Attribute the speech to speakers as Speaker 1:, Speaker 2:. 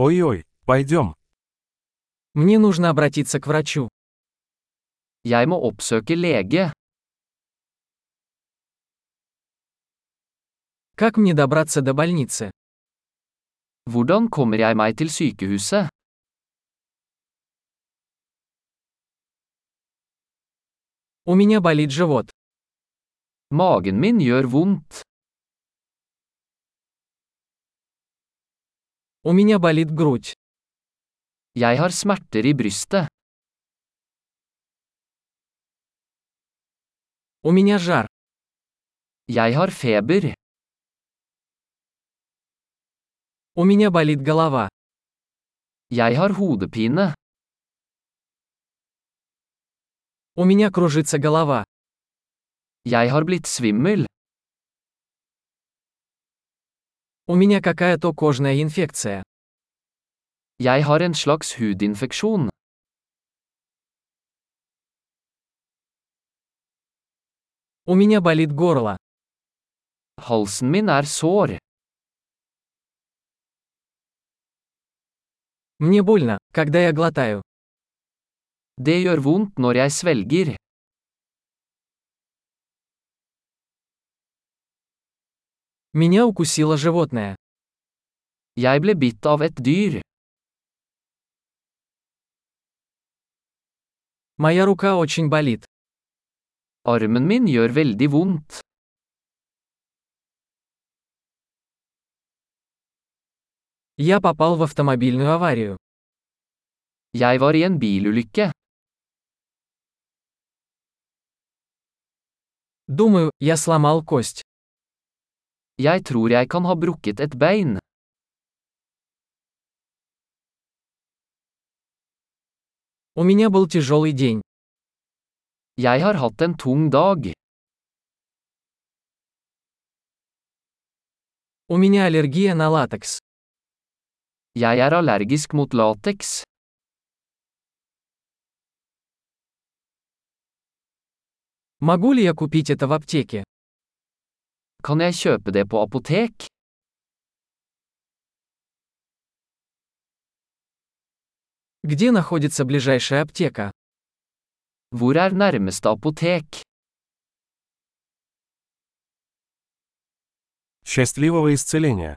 Speaker 1: Ой-ой, пойдем.
Speaker 2: Мне нужно обратиться к врачу.
Speaker 3: Jeg må oppsøke lege.
Speaker 2: Как мне добраться до больницы?
Speaker 3: Hvordan kommer jeg meg til sykehuset?
Speaker 2: У меня болит живот.
Speaker 3: Magen min gjør vondt.
Speaker 2: У меня болит грудь.
Speaker 3: Jeg har smerter i brystet.
Speaker 2: У меня жар.
Speaker 3: Jeg har feber.
Speaker 2: У меня болит голова.
Speaker 3: Jeg har hodepine.
Speaker 2: У меня кружится голова.
Speaker 3: Jeg har blitt svimmel.
Speaker 2: У меня какая-то кожная инфекция.
Speaker 3: Jeg har en slags hudinfeksjon.
Speaker 2: У меня болит горло.
Speaker 3: Halsen min er sår.
Speaker 2: Мне больно, когда я глотаю.
Speaker 3: Det gjør vondt når jeg svelger.
Speaker 2: Меня укусило животное.
Speaker 3: Jeg ble bitt av et dyr.
Speaker 2: Моя рука очень болит.
Speaker 3: Armen min gjør veldig vondt.
Speaker 2: Я попал в автомобильную аварию.
Speaker 3: Jeg var i en bilulykke.
Speaker 2: Думаю, я сломал кость.
Speaker 3: Jeg tror jeg kan ha brukket et bein.
Speaker 2: У меня был тяжелый день.
Speaker 3: Jeg har hatt en tung dag.
Speaker 2: У меня аллергия на латекс.
Speaker 3: Jeg er allergisk mot lateks.
Speaker 2: Могу ли я купить это в аптеке?
Speaker 3: Kan jeg kjøpe det på apotek?
Speaker 2: Где находится ближайшая аптека?
Speaker 3: Hvor er nærmeste apotek?
Speaker 1: Счастливого исцеления!